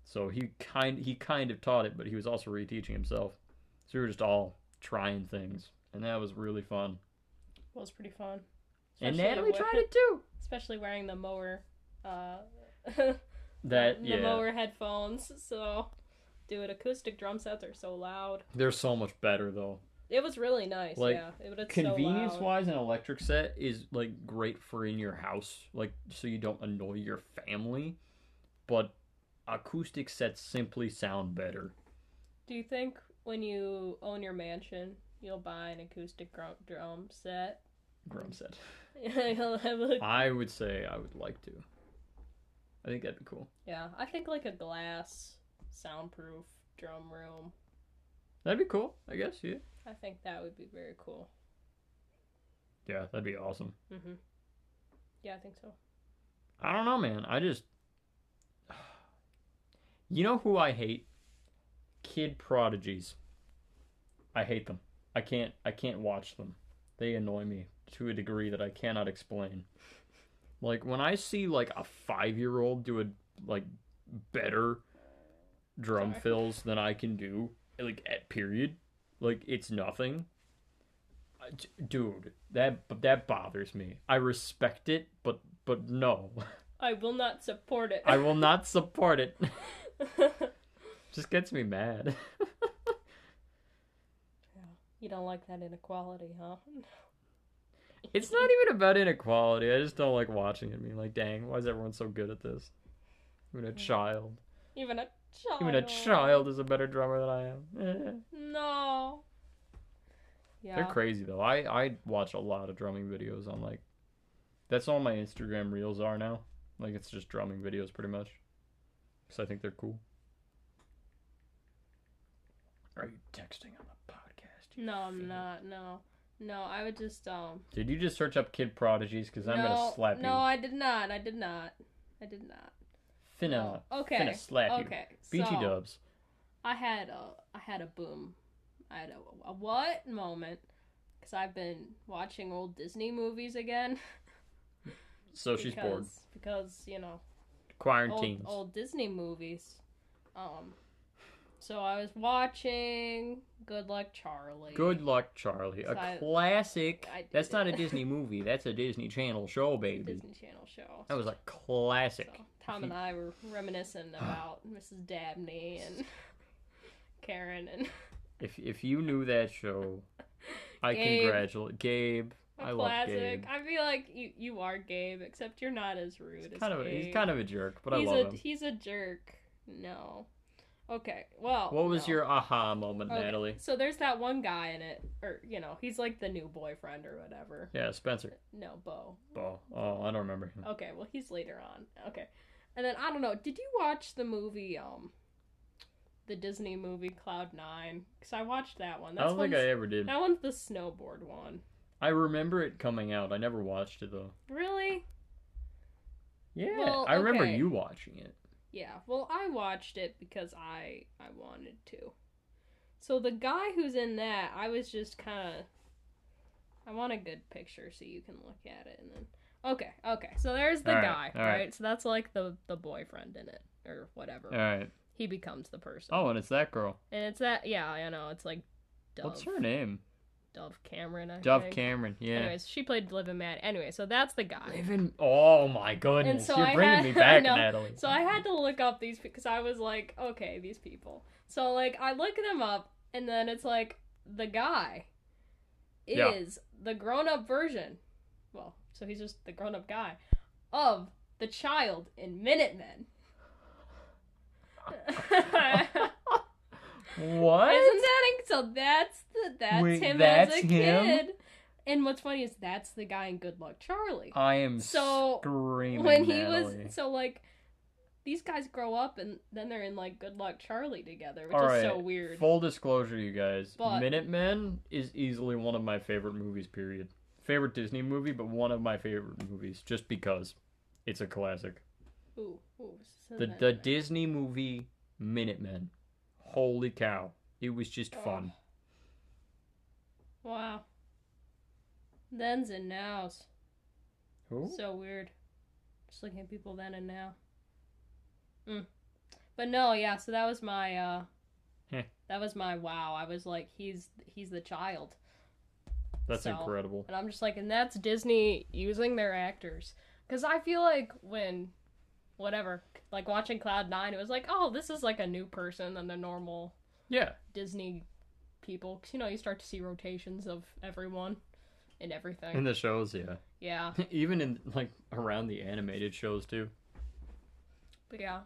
Speaker 1: so he kind he kind of taught it but he was also reteaching himself so we were just all trying things and that was really fun
Speaker 2: It was pretty fun.
Speaker 1: and
Speaker 2: Especially
Speaker 1: natalie
Speaker 2: with-
Speaker 1: tried it
Speaker 2: [LAUGHS]
Speaker 1: too
Speaker 2: especially wearing the mower, uh, [LAUGHS]
Speaker 1: that
Speaker 2: the
Speaker 1: yeah
Speaker 2: mower headphones. So, dude, acoustic drum sets are so loud.
Speaker 1: they're so much better though
Speaker 2: It was really nice.
Speaker 1: Like,
Speaker 2: yeah, it, but it's
Speaker 1: convenience
Speaker 2: so loud.
Speaker 1: wise an electric set is like great for in your house like so you don't annoy your family but acoustic sets simply sound better
Speaker 2: Do you think when you own your mansion, you'll buy an acoustic gr- drum set?
Speaker 1: Grum said.
Speaker 2: [LAUGHS] You'll have a-
Speaker 1: I would say I would like to. I think that'd be cool.
Speaker 2: yeah, I think like a glass soundproof drum room.
Speaker 1: That'd be cool, I guess, yeah.
Speaker 2: I think that would be very cool.
Speaker 1: Yeah, that'd be awesome.
Speaker 2: hmm Yeah, I think so.
Speaker 1: I don't know, man. I just [SIGHS] You know who I hate? Kid prodigies. I hate them. I can't I can't watch them. They annoy me to a degree that I cannot explain. Like when I see like a 5-year-old do a like better drum
Speaker 2: Sorry.
Speaker 1: fills than I can do like at period, like it's nothing. I- d- Dude, that that bothers me. I respect it, but but no. [LAUGHS]
Speaker 2: I will not support it.
Speaker 1: I will not support it. [LAUGHS] Just gets me mad.
Speaker 2: [LAUGHS]
Speaker 1: [LAUGHS]
Speaker 2: you don't like that inequality, huh?
Speaker 1: It's not even about inequality. I just don't like watching it. I mean, like, dang, why is everyone so good at this? Even a child.
Speaker 2: Even a child.
Speaker 1: Even a child is a better drummer than I am. [LAUGHS] Eh.
Speaker 2: No. Yeah.
Speaker 1: They're crazy though. I I watch a lot of drumming videos on like that's all my Instagram reels are now. Like it's just drumming videos pretty much. Cuz I think they're cool. Are you texting on the podcast? you
Speaker 2: No, I'm
Speaker 1: fag?
Speaker 2: not. No. No, I would just um
Speaker 1: Did you just search up kid prodigies cuz I'm
Speaker 2: no,
Speaker 1: going to slap
Speaker 2: No, I did not. I did not. I did not.
Speaker 1: you. Finna
Speaker 2: No. Oh, Okay.
Speaker 1: finna slap you.
Speaker 2: okay.
Speaker 1: BT
Speaker 2: so,
Speaker 1: dubs.
Speaker 2: I had a I had a boom, I had a, a what moment, because I've been watching old Disney movies again.
Speaker 1: So Oh, she's
Speaker 2: because,
Speaker 1: bored.
Speaker 2: because you know old,
Speaker 1: Quarantines.
Speaker 2: old Disney movies. Um, so I was watching Good Luck Charlie.
Speaker 1: Good luck, Charlie. A
Speaker 2: So I-
Speaker 1: classic.
Speaker 2: I did
Speaker 1: That's not a
Speaker 2: it. [LAUGHS]
Speaker 1: Disney movie. That's a Disney Channel show, baby.
Speaker 2: Disney Channel show.
Speaker 1: That was a classic.
Speaker 2: So Tom and I were
Speaker 1: [GASPS]
Speaker 2: reminiscing about Mrs. Dabney and
Speaker 1: [LAUGHS]
Speaker 2: Karen and
Speaker 1: If if you knew that
Speaker 2: [LAUGHS]
Speaker 1: show, I
Speaker 2: Gabe.
Speaker 1: congratulate Gabe.
Speaker 2: a
Speaker 1: I love
Speaker 2: classic.
Speaker 1: Gabe.
Speaker 2: I feel like you you are Gabe, except you're not as rude
Speaker 1: He's
Speaker 2: as
Speaker 1: kind of
Speaker 2: Gabe.
Speaker 1: he's kind of a jerk, but
Speaker 2: he's
Speaker 1: I love
Speaker 2: a
Speaker 1: him.
Speaker 2: he's a jerk. No. Okay. Well.
Speaker 1: What was
Speaker 2: no.
Speaker 1: your aha moment,
Speaker 2: Okay,
Speaker 1: Natalie?
Speaker 2: So there's that one guy in it, or you know, he's like the new boyfriend or whatever.
Speaker 1: Yeah, Spencer.
Speaker 2: No, Bo.
Speaker 1: Oh, oh, I don't remember him.
Speaker 2: Okay. Well, he's later on. Okay. And then I don't know. Did you watch the movie um, the Disney movie Cloud Nine? Because I watched that one.
Speaker 1: I
Speaker 2: That's
Speaker 1: don't think I ever did.
Speaker 2: That one's the snowboard one.
Speaker 1: I remember it coming out. I never watched it though.
Speaker 2: Really?
Speaker 1: Yeah,
Speaker 2: Well,
Speaker 1: I remember
Speaker 2: okay.
Speaker 1: you watching it.
Speaker 2: Yeah, well, I watched it because I I wanted to. So the guy who's in that, I was just kind of I want a good picture so you can look at it and then Okay, okay. So there's the
Speaker 1: All right,
Speaker 2: guy,
Speaker 1: all
Speaker 2: right?
Speaker 1: right.
Speaker 2: So that's like the the boyfriend in it or whatever.
Speaker 1: All right.
Speaker 2: He becomes the person.
Speaker 1: Oh, and it's that girl.
Speaker 2: And it's that yeah, I know. It's like Dove.
Speaker 1: What's her name?
Speaker 2: Dove Cameron, I
Speaker 1: Dove
Speaker 2: think.
Speaker 1: Cameron. Yeah.
Speaker 2: Anyways, she played Liv and Matt. Anyway, so that's the guy.
Speaker 1: Living. Oh my goodness!
Speaker 2: so
Speaker 1: You're
Speaker 2: I
Speaker 1: bringing
Speaker 2: had- [LAUGHS]
Speaker 1: me
Speaker 2: I
Speaker 1: back,
Speaker 2: know.
Speaker 1: Natalie.
Speaker 2: So I had to look up these because I was like, okay, these people. So like I look them up and then it's like the guy
Speaker 1: Yeah.
Speaker 2: is the grown up version. Well, so he's just the grown up guy of the child in Minutemen. [LAUGHS] Isn't
Speaker 1: What?
Speaker 2: that inc- so? That's the that's
Speaker 1: Wait,
Speaker 2: him
Speaker 1: that's
Speaker 2: as a
Speaker 1: him?
Speaker 2: kid. And what's funny is that's the guy in Good Luck Charlie
Speaker 1: I am
Speaker 2: So,
Speaker 1: screaming.
Speaker 2: when he
Speaker 1: Natalie.
Speaker 2: was so like these guys grow up and then they're in like good luck charlie together which
Speaker 1: All
Speaker 2: is so
Speaker 1: right,
Speaker 2: weird
Speaker 1: Full disclosure, you guys,
Speaker 2: But-
Speaker 1: Minutemen is easily one of my favorite movies. Period. Favorite Disney movie, but one of my favorite movies, just because it's a classic.
Speaker 2: ooh, ooh, so
Speaker 1: The
Speaker 2: then-
Speaker 1: the Disney movie Minutemen. Holy cow! It was just
Speaker 2: Oh.
Speaker 1: fun.
Speaker 2: wow thens and nows
Speaker 1: Who?
Speaker 2: so weird just looking at people then and now mm. but no yeah so that was my uh
Speaker 1: Heh.
Speaker 2: that was my wow i was like he's he's the child
Speaker 1: That's
Speaker 2: so-
Speaker 1: incredible.
Speaker 2: And I'm just like, and that's Disney using their actors. Because I feel like when, whatever, like watching Cloud Nine, it was like, oh, this is like a new person than the normal
Speaker 1: Yeah.
Speaker 2: Disney people. 'Cause, you know, you start to see rotations of everyone and everything.
Speaker 1: In the shows, yeah. [LAUGHS]
Speaker 2: yeah.
Speaker 1: Even in like around the animated shows too.
Speaker 2: But yeah.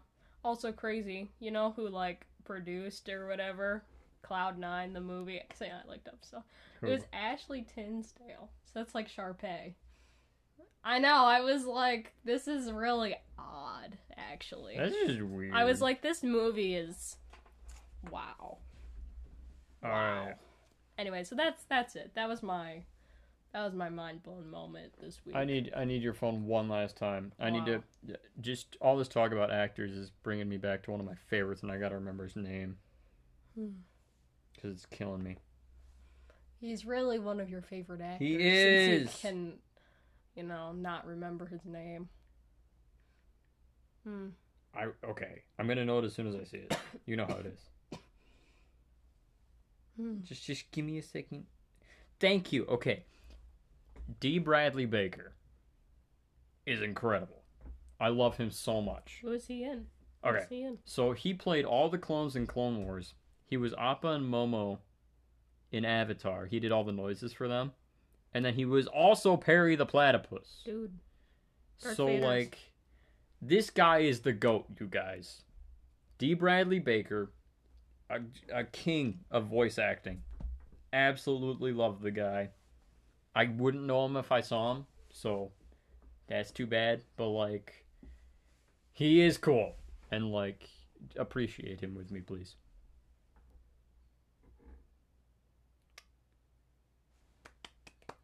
Speaker 2: Also crazy, you know who like produced or whatever? Cloud Nine, the movie. Because I looked up stuff.
Speaker 1: Who?
Speaker 2: It was Ashley Tinsdale. So that's like Sharpay. I know, I was like, this is really odd, actually.
Speaker 1: That's just weird.
Speaker 2: I was like, this movie is wow.
Speaker 1: all right.
Speaker 2: Anyway, so that's that's it. That was my that was my mind blown moment this week.
Speaker 1: I need I need your phone one last time. I need to
Speaker 2: Wow.
Speaker 1: just all this talk about actors is bringing me back to one of my favorites, and I gotta remember his name
Speaker 2: Hmm.
Speaker 1: because it's killing me.
Speaker 2: He's really one of your favorite actors.
Speaker 1: He
Speaker 2: since
Speaker 1: is.
Speaker 2: you can you know, not remember his name. Hmm.
Speaker 1: I okay. I'm gonna know it as soon as I see it. You know how it is.
Speaker 2: Hmm.
Speaker 1: Just just give me a second. Thank you. Okay. D. Bradley Baker is incredible. I love him so much.
Speaker 2: Who is he in? Who
Speaker 1: Okay.
Speaker 2: is he in?
Speaker 1: So he played all the clones in Clone Wars. He was Appa and Momo in Avatar. He did all the noises for them. And then he was also Perry the Platypus.
Speaker 2: [LAUGHS] Dude. Darth
Speaker 1: so
Speaker 2: Vader's-
Speaker 1: like this guy is the goat, you guys. D. Bradley Baker, a, a king of voice acting. Absolutely love the guy. I wouldn't know him if I saw him, so that's too bad. But like, he is cool, and like, appreciate him with me, please.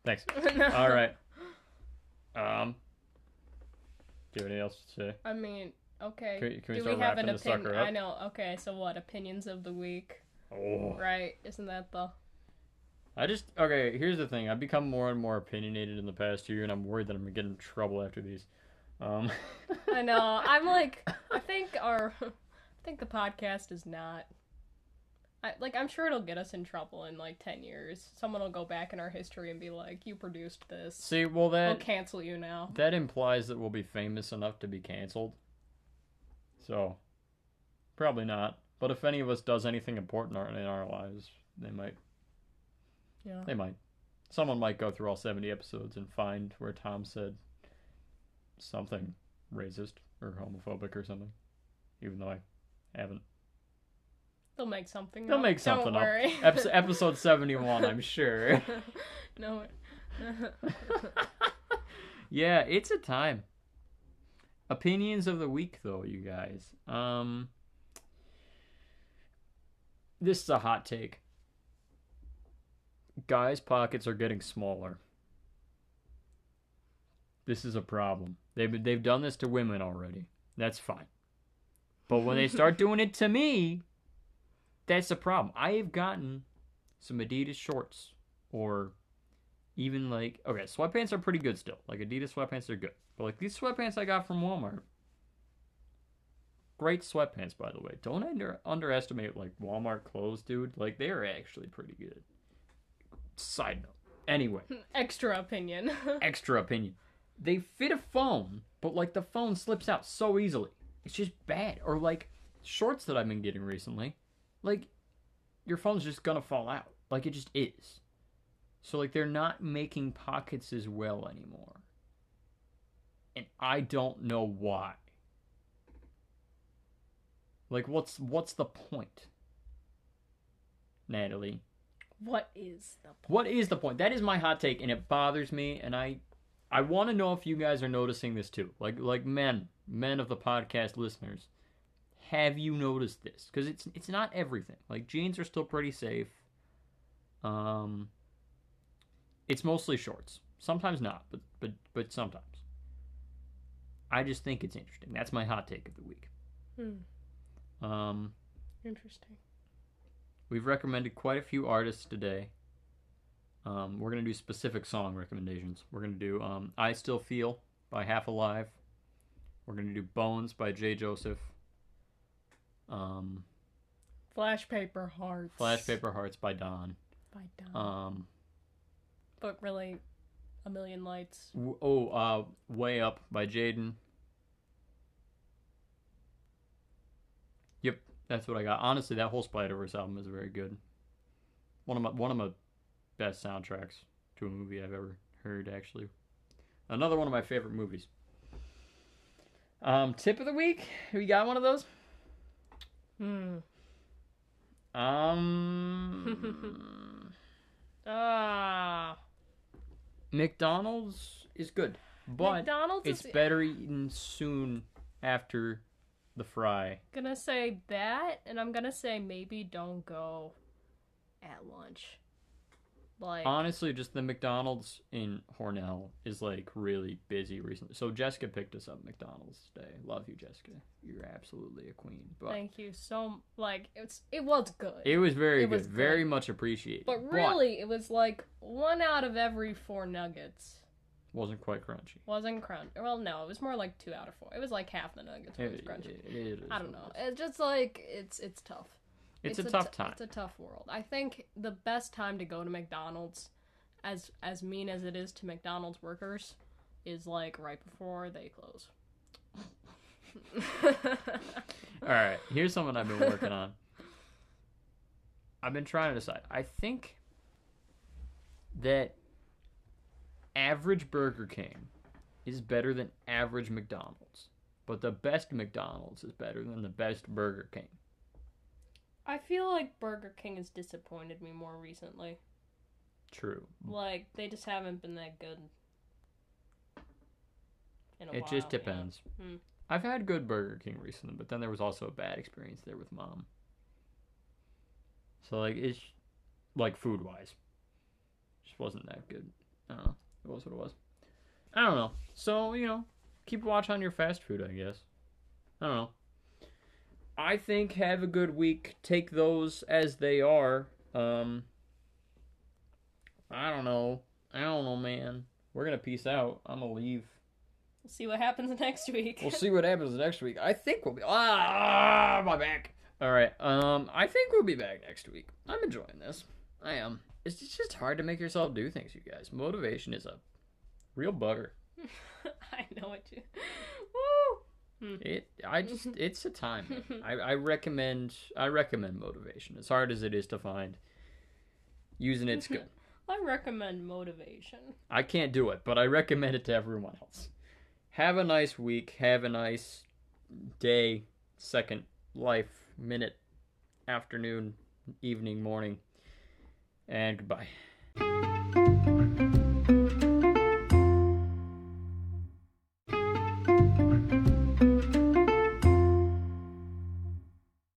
Speaker 1: Thanks.
Speaker 2: No.
Speaker 1: All right. Um. Do you have anything else to say?
Speaker 2: I mean, okay.
Speaker 1: Can we- can we
Speaker 2: Do
Speaker 1: start
Speaker 2: we have
Speaker 1: wrapping
Speaker 2: an
Speaker 1: this sucker
Speaker 2: opinion?
Speaker 1: up?
Speaker 2: I know. Okay, so what? Opinions of the week,
Speaker 1: Oh.
Speaker 2: right? Isn't that the?
Speaker 1: I just okay. Here's the thing. I've become more and more opinionated in the past year, and I'm worried that I'm gonna get in trouble after these. Um, [LAUGHS]
Speaker 2: I know. I'm like. I think our. [LAUGHS] I think the podcast is not. I, like I'm sure it'll get us in trouble in like ten years. Someone will go back in our history and be like, "You produced this.
Speaker 1: see, well that
Speaker 2: We'll cancel you now."
Speaker 1: that implies that we'll be famous enough to be canceled. So, probably not. But if any of us does anything important in our lives, they might.
Speaker 2: Yeah.
Speaker 1: They might. Someone might go through all 70 episodes and find where Tom said something racist or homophobic or something, even though I haven't.
Speaker 2: They'll make something.
Speaker 1: They'll
Speaker 2: up.
Speaker 1: make something
Speaker 2: Don't
Speaker 1: [LAUGHS]
Speaker 2: worry.
Speaker 1: up.
Speaker 2: [LAUGHS]
Speaker 1: Episode, episode 71, I'm sure.
Speaker 2: no.
Speaker 1: [LAUGHS] yeah, it's a time. Opinions of the week, though, you guys. Um, this is a hot take. Guys' pockets are getting smaller. This is a problem. They've they've done this to women already. That's fine. But when they start doing it to me, that's a problem. I have gotten some Adidas shorts or even like okay, sweatpants are pretty good still. Like Adidas sweatpants are good, but like these sweatpants I got from Walmart, great sweatpants by the way. Don't under- underestimate like Walmart clothes, dude. Like they are actually pretty good. Side note. Anyway,
Speaker 2: [LAUGHS] Extra opinion. [LAUGHS]
Speaker 1: extra opinion. They fit a phone, but like the phone slips out so easily. It's just bad. Or like shorts that I've been getting recently, like your phone's just gonna fall out. Like it just is. So like they're not making pockets as well anymore. And I don't know why. Like what's what's the point? Natalie.
Speaker 2: what is the?
Speaker 1: What is the point? That is my hot take, and it bothers me. And I, I want to know if you guys are noticing this too. Like, like men, men of the podcast listeners, have you noticed this? Because it's it's not everything. Like jeans are still pretty safe. Um, it's mostly shorts. Sometimes not, but but but sometimes. I just think it's interesting. That's my hot take of the week.
Speaker 2: Hmm.
Speaker 1: Um,
Speaker 2: Interesting.
Speaker 1: We've recommended quite a few artists today. Um, we're gonna do specific song recommendations. We're gonna do um, "I Still Feel" by Half Alive. We're gonna do "Bones" by Jay Joseph. Um,
Speaker 2: Flash paper hearts.
Speaker 1: "Flash Paper Hearts" by Don.
Speaker 2: By Don.
Speaker 1: Um,
Speaker 2: but really, a million lights.
Speaker 1: w- oh, uh, "Way Up" by Jaden. Yep, that's what I got. Honestly, that whole Spider-Verse album is very good. One of my one of my best soundtracks to a movie I've ever heard. Actually, another one of my favorite movies. Um, tip of the week. We got one of those.
Speaker 2: Hmm. [LAUGHS]
Speaker 1: Um,
Speaker 2: Ah.
Speaker 1: McDonald's is good, but
Speaker 2: McDonald's
Speaker 1: it's
Speaker 2: is
Speaker 1: better eaten soon after the fry.
Speaker 2: gonna say that, and I'm gonna say maybe don't go at lunch. Like
Speaker 1: Honestly, just the McDonald's in Hornell is like really busy recently. So Jessica picked us up McDonald's today. Love you, Jessica. You're absolutely a queen. But
Speaker 2: Thank you so m- like it's it was good.
Speaker 1: it was very
Speaker 2: It
Speaker 1: good,
Speaker 2: was
Speaker 1: very
Speaker 2: good.
Speaker 1: much appreciated.
Speaker 2: but really it was like one out of every four nuggets
Speaker 1: wasn't quite crunchy.
Speaker 2: wasn't crunch. Well, no, it was more like two out of four. It was like half the nuggets was crunchy.
Speaker 1: It- it is
Speaker 2: I don't know.
Speaker 1: what it is.
Speaker 2: It's just like it's it's tough.
Speaker 1: It's, a,
Speaker 2: t-
Speaker 1: tough time.
Speaker 2: It's a tough world. I think the best time to go to McDonald's, as as mean as it is to McDonald's workers, is like right before they
Speaker 1: [LAUGHS]
Speaker 2: close.
Speaker 1: All right, here's something I've been working on. I've been trying to decide. I think that average Burger King is better than average McDonald's. But the best McDonald's is better than the best Burger King.
Speaker 2: I feel like Burger King has disappointed me more recently.
Speaker 1: True.
Speaker 2: Like they just haven't been that good. In a
Speaker 1: It
Speaker 2: while,
Speaker 1: just
Speaker 2: yeah.
Speaker 1: depends.
Speaker 2: Hmm.
Speaker 1: I've had good Burger King recently, but then there was also a bad experience there with mom. So like it's like food wise, just wasn't that good. I don't know. It was what it was. I don't know. So you know, keep watch on your fast food. I guess. I don't know. I think have a good week. Take those as they are. Um. I don't know. I don't know, man. We're gonna peace out. I'm gonna leave.
Speaker 2: We'll see what happens [LAUGHS] next week.
Speaker 1: We'll see what happens next week. I think we'll be ah my back. All right. Um, I think we'll be back next week. I'm enjoying this. I am. It's it's just hard to make yourself do things, you guys. Motivation is a real bugger.
Speaker 2: I know what you. Woo! Hmm.
Speaker 1: It I
Speaker 2: [LAUGHS]
Speaker 1: just it's a time. man. I, I recommend I recommend motivation. As hard as it is to find, using
Speaker 2: [LAUGHS]
Speaker 1: it's good.
Speaker 2: I recommend motivation.
Speaker 1: I can't do it, but I recommend it to everyone else. Have a nice week. Have a nice day, second life, minute, afternoon, evening, morning, and goodbye.